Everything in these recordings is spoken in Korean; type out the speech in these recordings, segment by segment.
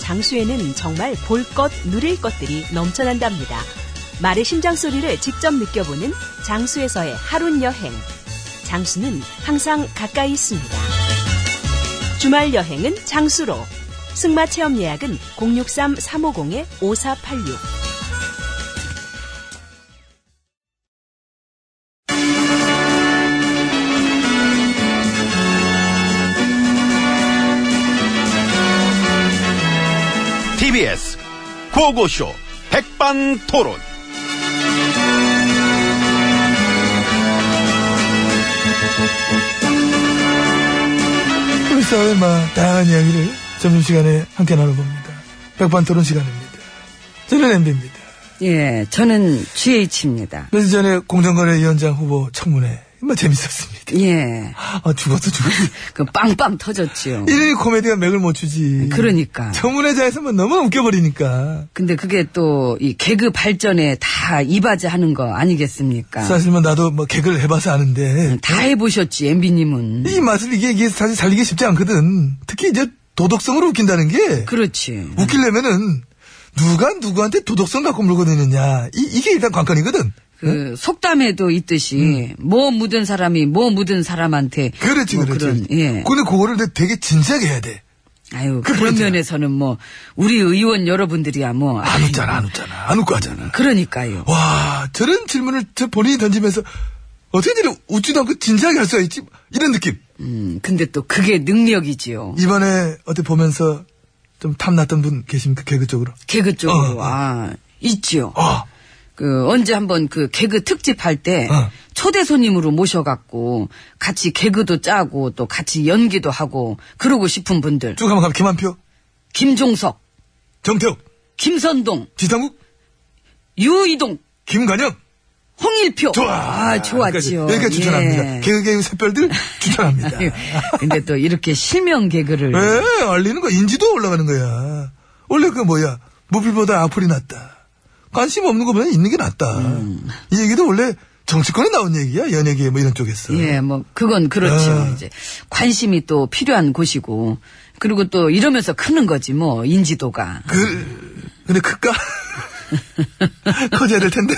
장수에는 정말 볼 것, 누릴 것들이 넘쳐난답니다. 말의 심장 소리를 직접 느껴보는 장수에서의 하룬 여행. 장수는 항상 가까이 있습니다. 주말 여행은 장수로. 승마 체험 예약은 063-350-5486. TBS 고고쇼 백반토론 우리 사회의 막 다양한 이야기를 점심시간에 함께 나눠봅니다. 백반토론 시간입니다. 저는 엠비입니다. 예, 저는 GH입니다. 며칠 전에 공정거래위원장 후보 청문회 뭐 재밌었습니다. 예, 아 죽었어 죽었어. 그 빵빵 터졌지요. 이름이 코미디가 맥을 못 추지. 그러니까. 청문회장에서 뭐 너무 웃겨버리니까. 근데 그게 또 이 개그 발전에 다 이바지하는 거 아니겠습니까? 사실 뭐 나도 뭐 개그를 해봐서 아는데 다 해보셨지, 엠비님은. 이 맛을 이게 이게 사실 살리기 쉽지 않거든. 특히 이제 도덕성으로 웃긴다는 게 그렇지. 웃기려면은 누가 누구한테 도덕성 갖고 물고 다니느냐 이, 이게 일단 관건이거든. 네? 그 속담에도 있듯이 뭐 묻은 사람이 뭐 묻은 사람한테 음. 그렇지, 뭐 그렇지. 그런, 예. 근데 그거를 내- 되게 진지하게 해야 돼. 아유 그 그런 그렇잖아. 면에서는 뭐 우리 의원 여러분들이야 뭐 안 아유, 웃잖아, 어. 안 웃잖아. 안 웃고 하잖아. 그러니까요. 와, 저런 질문을 저 본인이 던지면서 어떻게 저리 웃지도 않고 진지하게 할 수가 있지? 이런 느낌. 음 근데 또 그게 능력이지요. 이번에 어떻게 보면서 좀 탐났던 분 계십니까? 개그 쪽으로. 개그 쪽으로 어, 어. 아 있지요. 어, 그 언제 한번 그 개그 특집 할 때 어. 초대 손님으로 모셔갖고 같이 개그도 짜고 또 같이 연기도 하고 그러고 싶은 분들 쭉 한번 가면 김한표, 김종석, 정태욱, 김선동, 지상욱, 유이동, 김관영. 홍일표 좋아. 아 좋았지요. 여기까지, 여기까지 추천합니다. 예. 개그계의 샛별들 추천합니다. 근데 또 이렇게 실명 개그를 왜? 예, 알리는 거 인지도 올라가는 거야. 원래 그 뭐야. 무필보다 악플이 낫다. 관심 없는 것보다 있는 게 낫다. 음. 이 얘기도 원래 정치권에 나온 얘기야. 연예계 뭐 이런 쪽에서. 예, 뭐 그건 그렇죠. 아. 이제 관심이 또 필요한 곳이고 그리고 또 이러면서 크는 거지 뭐 인지도가. 그, 근데 클까? 커져야 될 텐데.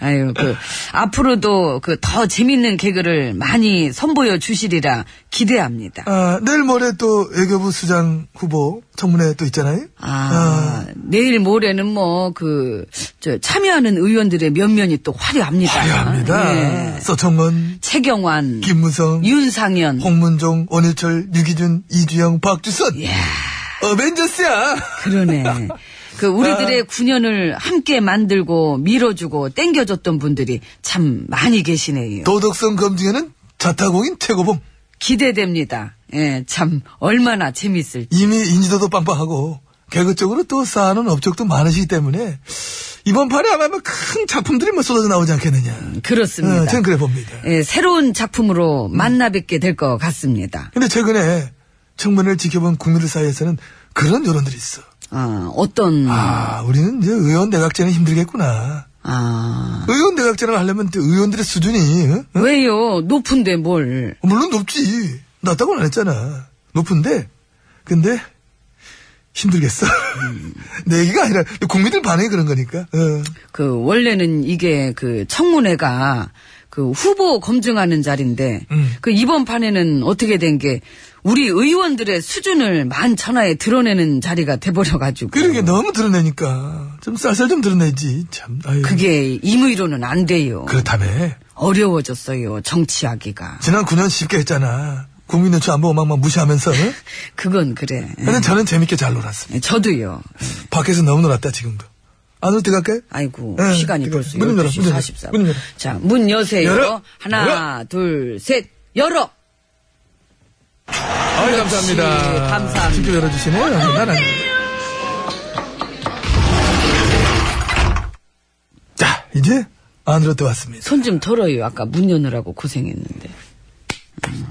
아유, 그 앞으로도 그 더 재밌는 개그를 많이 선보여 주시리라 기대합니다. 아, 내일 모레 또 외교부 수장 후보 청문회 또 있잖아요. 아, 내일 모레는 뭐 그 저 참여하는 의원들의 면면이 또 화려합니다. 화려합니다. 예. 서청원, 최경환, 김무성, 윤상현, 홍문종, 원일철, 유기준, 이주영, 박주선. 어벤져스야. 그러네. 그 아. 우리들의 9년을 함께 만들고 밀어주고 땡겨줬던 분들이 참 많이 계시네요. 도덕성 검증에는 자타공인 최고봉. 기대됩니다. 예, 참 얼마나 재밌을지. 이미 인지도도 빵빵하고 개그 쪽으로 또 쌓아놓은 업적도 많으시기 때문에 이번 판에 아마 뭐큰 작품들이 뭐 쏟아져 나오지 않겠느냐. 그렇습니다. 어, 저는 그래 봅니다. 예, 새로운 작품으로 만나 뵙게 될 것 같습니다. 근데 최근에 청문회를 지켜본 국민들 사이에서는 그런 여론들이 있어. 아, 어떤 아, 우리는 이제 의원 내각제는 힘들겠구나. 아, 의원 내각제를 하려면 또 의원들의 수준이 어? 왜요? 높은데 뭘? 물론 높지. 낮다고는 안 했잖아. 높은데, 근데, 힘들겠어. 내 얘기가 아니라, 국민들 반응이 그런 거니까. 어. 그 원래는 이게 그 청문회가 그 후보 검증하는 자리인데 음. 그 이번 판에는 어떻게 된 게 우리 의원들의 수준을 만천하에 드러내는 자리가 돼버려가지고 그러게 너무 드러내니까 좀 쌀쌀 좀 드러내지 참. 아유. 그게 임의로는 안 돼요. 그렇다며. 어려워졌어요 정치하기가. 지난 9년 쉽게 했잖아. 국민 눈치 안 보고 막막 무시하면서. 어? 그건 그래. 근데 저는 재밌게 잘 놀았습니다. 저도요. 밖에서 너무 놀았다 지금도. 안으로 들어갈까요? 아이고 예, 시간이 그래. 벌써 문 열어, 12시 문 열어, 44분. 문 열어. 자, 문 여세요. 열어. 하나, 둘, 셋. 열어. 아이 감사합니다. 감사합니다. 직접 열어주시네요. 나는. 자 이제 안으로 들어왔습니다. 손 좀 털어요. 아까 문 여느라고 고생했는데. 음.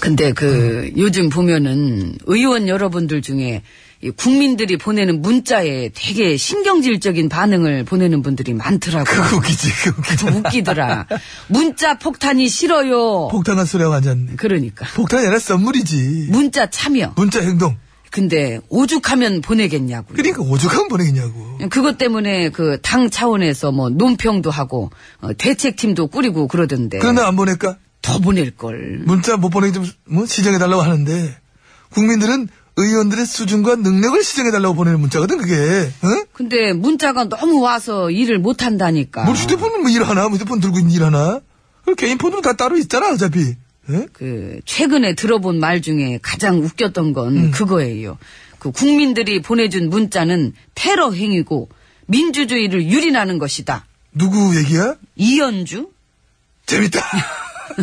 근데 그 요즘 보면은 의원 여러분들 중에 이 국민들이 보내는 문자에 되게 신경질적인 반응을 보내는 분들이 많더라고. 그거 웃기지. 그거 웃기지. 웃기더라. 문자 폭탄이 싫어요. 폭탄한 소리하고 앉았네. 그러니까 폭탄이 아니라 선물이지. 문자 참여. 문자 행동. 근데 오죽하면 보내겠냐고. 그러니까 오죽하면 보내겠냐고. 그것 때문에 그 당 차원에서 뭐 논평도 하고 어, 대책팀도 꾸리고 그러던데 그런데 안 보낼까? 더 보낼 걸. 문자 못 보내기 좀뭐 시정해달라고 하는데 국민들은 의원들의 수준과 능력을 시정해달라고 보내는 문자거든 그게. 어? 응? 근데 문자가 너무 와서 일을 못 한다니까. 뭘 휴대폰은 뭐 일하나? 휴대폰 들고 있는 일하나? 개인 폰으로 다 따로 있잖아, 어차피. 예? 그 최근에 들어본 말 중에 가장 웃겼던 건 그거예요. 그 국민들이 보내준 문자는 테러 행위고 민주주의를 유린하는 것이다. 누구 얘기야? 이현주 재밌다.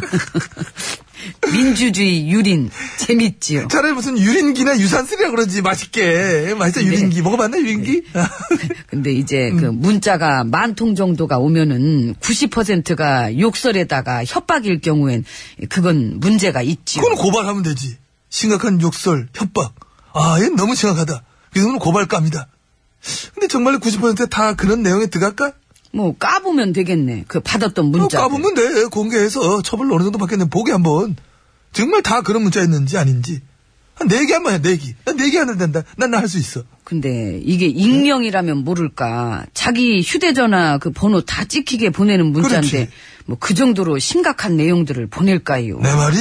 민주주의 유린 재밌지요. 차라리 무슨 유린기나 유산슬이라 그러지, 맛있게. 맛있어, 유린기. 먹어봤나, 유린기? 아, 근데 이제 그 문자가 만 통 정도가 오면은 90%가 욕설에다가 협박일 경우엔 그건 문제가 있지. 그건 고발하면 되지. 심각한 욕설, 협박. 아, 얘 너무 심각하다. 이 정도는 고발감이다. 근데 정말로 90%다 그런 내용에 들어갈까? 뭐 까보면 되겠네. 그 받았던 어, 문자. 까보면 돼. 공개해서 처벌 어느 정도 받겠네. 보게 한번. 정말 다 그런 문자였는지 아닌지. 한 네 개 한번 해, 네 개. 난네 개 하면 된다. 난 나 할 수 있어. 근데 이게 익명이라면 모를까. 자기 휴대전화 그 번호 다 찍히게 보내는 문자인데 그렇지. 뭐 그 정도로 심각한 내용들을 보낼까요? 내 말이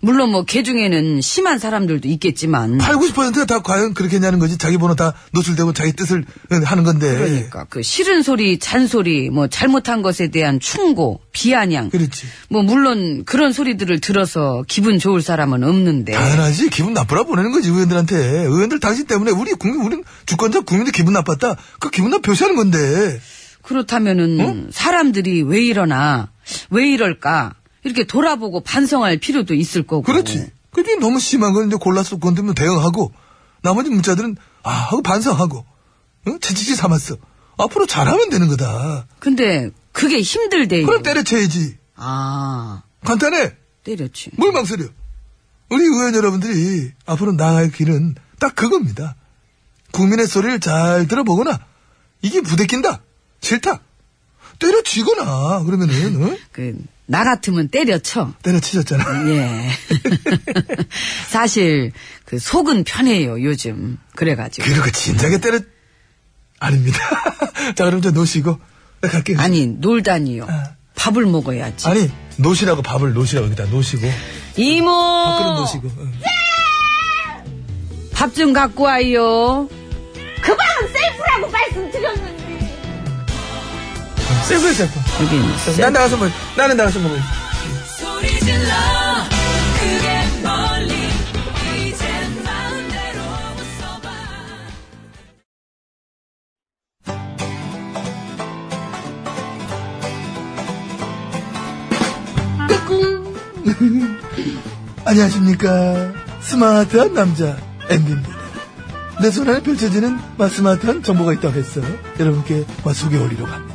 물론 뭐 개 중에는 심한 사람들도 있겠지만. 8, 90%가 다 과연 그렇게 했냐는 거지. 자기 번호 다 노출되고 자기 뜻을 응, 하는 건데. 그러니까 그 싫은 소리, 잔소리, 뭐 잘못한 것에 대한 충고, 비아냥. 그렇지. 뭐 물론 그런 소리들을 들어서 기분 좋을 사람은 없는데 당연하지. 기분 나쁘라 보내는 거지, 의원들한테. 의원들 당신 때문에 우리 국민, 우린 주권자 국민들 기분 나빴다. 그 기분 나 표시하는 건데. 그렇다면은 사람들이 왜 이러나 왜 이럴까 이렇게 돌아보고 반성할 필요도 있을 거고 그렇지. 그게 너무 심한 건 이제 골라서 건드면 대응하고, 나머지 문자들은, 아, 하고 반성하고, 응? 채찍질 삼았어. 앞으로 잘하면 되는 거다. 근데 그게 힘들대요 그럼 때려쳐야지. 아 간단해. 때렸지 뭘 망설여? 우리 의원 여러분들이 앞으로 나갈 길은 딱 그겁니다. 국민의 소리를 잘 들어보거나, 이게 부대낀다. 싫다. 때려치거나, 그러면은, 응? 그 나 같으면 때려쳐 때려치셨잖아. 예 사실 그 속은 편해요 요즘 그래가지고 그리고 진작에 때려, 아닙니다. 자, 그럼 이제 놓으시고, 나 갈게요. 아니 놀다니요 그- 아. 밥을 먹어야지 아니 노시라고 밥을 노시라고 여기다 노시고 이모 어. 밥그릇 노시고 응. 밥 좀 갖고 와요. 세프 세프 여기 난 나가서 먹 나는 나가서 뭐. 먹어 안녕하십니까 스마트한 남자 엠비입니다 내 손 안에 펼쳐지는 마 스마트한 정보가 있다고 해서 여러분께 마 소개해드리려고 합니다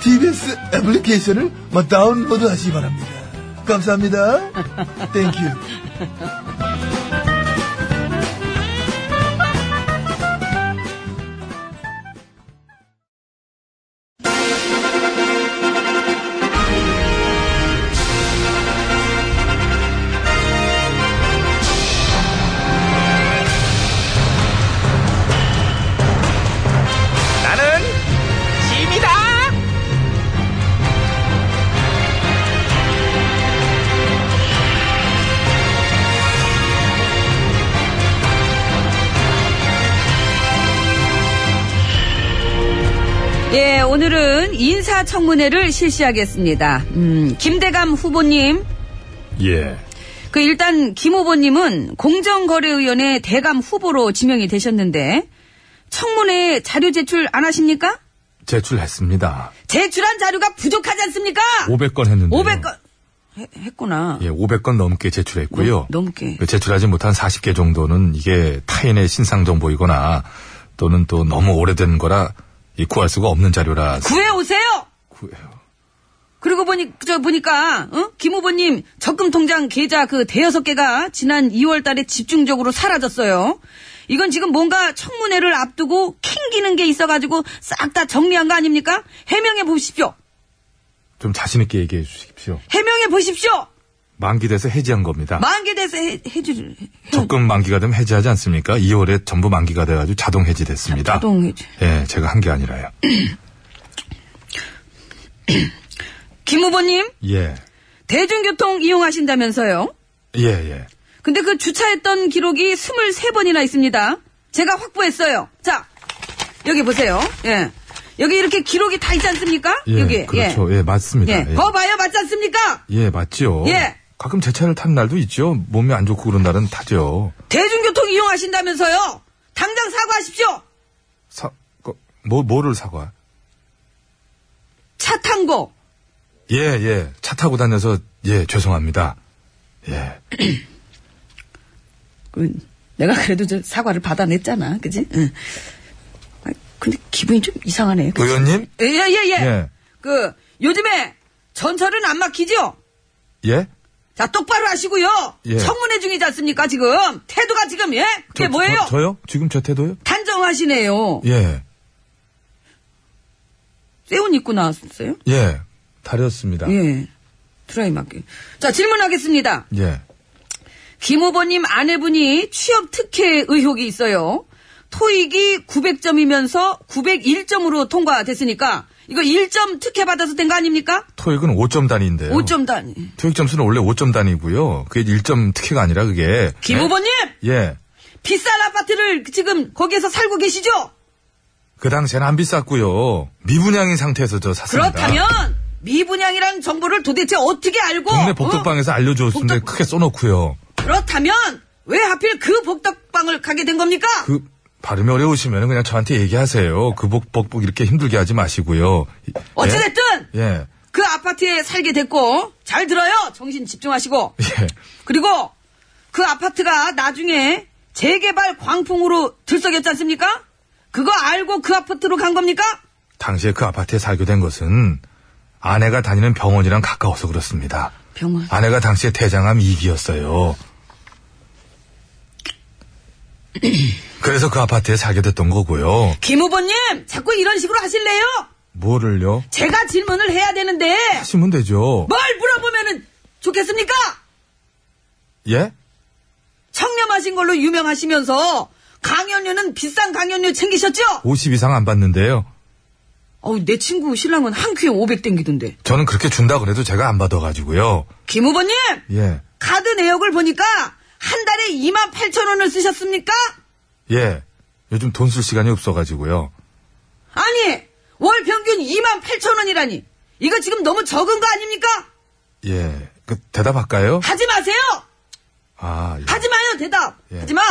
TBS 애플리케이션을 뭐 다운로드 하시기 바랍니다. 감사합니다. 땡큐. 나는 짐이다. 예, 오늘은 인사청문회를 실시하겠습니다. 음, 김대감 후보님. 예. 그 일단 김 후보님은 공정거래위원회 대감 후보로 지명이 되셨는데 청문회 자료 제출 안 하십니까? 제출했습니다. 제출한 자료가 부족하지 않습니까? 500건 했는데. 500건 했구나. 예, 500건 넘게 제출했고요. 넘- 넘게. 그 제출하지 못한 40개 정도는 이게 타인의 신상 정보이거나 또는 또 너무 오래된 거라 이 구할 수가 없는 자료라 구해 오세요. 구해요. 그리고 보니 저 보니까 어? 김 후보님 적금 통장 계좌 그 대여섯 개가 지난 2월달에 집중적으로 사라졌어요. 이건 지금 뭔가 청문회를 앞두고 캥기는 게 있어가지고 싹 다 정리한 거 아닙니까? 해명해 보십시오. 좀 자신 있게 얘기해 주십시오. 해명해 보십시오. 만기돼서 해지한 겁니다. 만개돼서 해- 해지를 해- 적금 만기가 되면 해지하지 않습니까? 2월에 전부 만기가 돼가지고 자동 해지됐습니다. 자동 해지. 예, 제가 한 게 아니라요. 김 후보님 예, 대중교통 이용하신다면서요? 예, 예. 근데 그 주차했던 기록이 23번이나 있습니다. 제가 확보했어요. 자, 여기 보세요. 예. 여기 이렇게 기록이 다 있지 않습니까? 예, 여기. 그렇죠. 예, 맞습니다. 예. 예. 거 봐요. 맞지 않습니까? 예, 맞죠. 예. 가끔 제 차를 탄 날도 있죠. 몸이 안 좋고 그런 날은 타죠. 대중교통 이용하신다면서요? 당장 사과하십시오! 사, 거, 뭐, 뭐를 사과? 차 탄 거. 예, 예. 차 타고 다녀서, 예, 죄송합니다. 예. 그, 내가 그래도 저 사과를 받아냈잖아. 그지? 응. 아, 근데 기분이 좀 이상하네. 그치? 의원님? 예, 예, 예. 예. 그, 요즘에 전철은 안 막히죠? 예? 자, 똑바로 하시고요. 예. 청문회 중이지 않습니까, 지금? 태도가 지금, 예? 그게 저- 뭐예요? 저, 요 지금 저 태도요? 단정하시네요. 예. 새옷 입고 나왔어요? 예. 다렸습니다. 예. 드라이 마켓. 자, 질문하겠습니다. 예. 김 후보님 아내분이 취업 특혜 의혹이 있어요. 토익이 900점이면서 901점으로 통과됐으니까, 이거 1점 특혜 받아서 된 거 아닙니까? 토익은 5점 단위인데요. 5점 단위. 토익 점수는 원래 5점 단위고요. 그게 1점 특혜가 아니라 그게. 김 예? 후보님! 예. 비싼 아파트를 지금 거기에서 살고 계시죠? 그 당시에는 안 비쌌고요. 미분양인 상태에서 저 샀습니다. 그렇다면 미분양이라는 정보를 도대체 어떻게 알고 동네 복덕방에서 알려줬는데 복덕- 크게 써놓고요. 어? 그렇다면 왜 하필 그 복덕방을 가게 된 겁니까? 그 발음이 어려우시면 그냥 저한테 얘기하세요. 그 복복복 이렇게 힘들게 하지 마시고요. 예? 어찌됐든 예. 그 아파트에 살게 됐고 잘 들어요. 정신 집중하시고 예. 그리고 그 아파트가 나중에 재개발 광풍으로 들썩였지 않습니까? 그거 알고 그 아파트로 간 겁니까? 당시에 그 아파트에 살게 된 것은 아내가 다니는 병원이랑 가까워서 그렇습니다. 병원 아내가 당시에 대장암 2기였어요. 그래서 그 아파트에 살게 됐던 거고요. 김 후보님 자꾸 이런 식으로 하실래요? 뭐를요? 제가 질문을 해야 되는데 하시면 되죠. 뭘 물어보면은 좋겠습니까? 예? 청렴하신 걸로 유명하시면서 강연료는 비싼 강연료 챙기셨죠? 50 이상 안 받는데요. 어우, 내 친구 신랑은 한 큐에 500 땡기던데. 저는 그렇게 준다 그래도 제가 안 받아가지고요. 김 후보님! 예. 카드 내역을 보니까 한 달에 2만 8천 원을 쓰셨습니까? 예. 요즘 돈 쓸 시간이 없어가지고요. 아니, 월 평균 2만 8천 원이라니. 이거 지금 너무 적은 거 아닙니까? 예. 그, 대답할까요? 하지 마세요! 아, 예. 하지 마요, 대답! 예. 하지 마!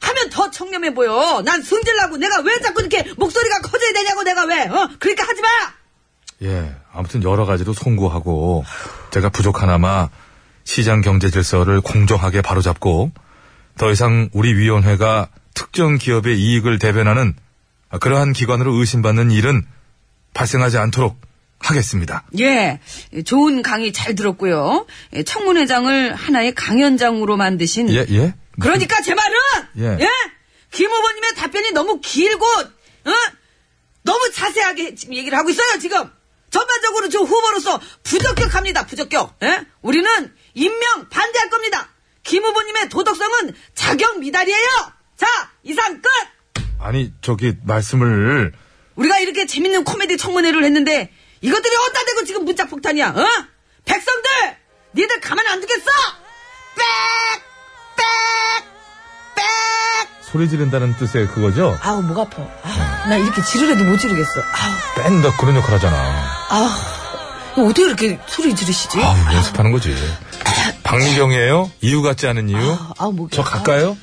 하면 더 청렴해 보여. 난 승질나고 내가 왜 자꾸 이렇게 목소리가 커져야 되냐고 내가 왜, 어? 그러니까 하지 마! 예. 아무튼 여러 가지로 송구하고, 제가 부족하나마 시장 경제 질서를 공정하게 바로잡고, 더 이상 우리 위원회가 특정 기업의 이익을 대변하는 아, 그러한 기관으로 의심받는 일은 발생하지 않도록 하겠습니다. 예, 좋은 강의 잘 들었고요. 예, 청문회장을 하나의 강연장으로 만드신. 예, 예. 그러니까 제 말은 예. 예, 김 후보님의 답변이 너무 길고 어? 너무 자세하게 지금 얘기를 하고 있어요 지금 전반적으로 저 후보로서 부적격합니다 부적격 예? 우리는 임명 반대할 겁니다 김 후보님의 도덕성은 자격 미달이에요 자 이상 끝 아니, 저기, 말씀을. 우리가 이렇게 재밌는 코미디 청문회를 했는데 이것들이 어디다 대고 지금 문자 폭탄이야 어? 백성들 니들 가만 안 두겠어 빽빽빽 소리 지른다는 뜻의 그거죠? 아우 목 아파. 아우, 나 이렇게 지르래도 못 지르겠어. 아우, 뺀다 그런 역할 하잖아. 이거 어떻게 이렇게 소리 지르시지? 아우, 연습하는 거지. 박미경이에요? 이유 같지 않은 이유? 아우, 목이 저 아파. 예, 아, 갈까요?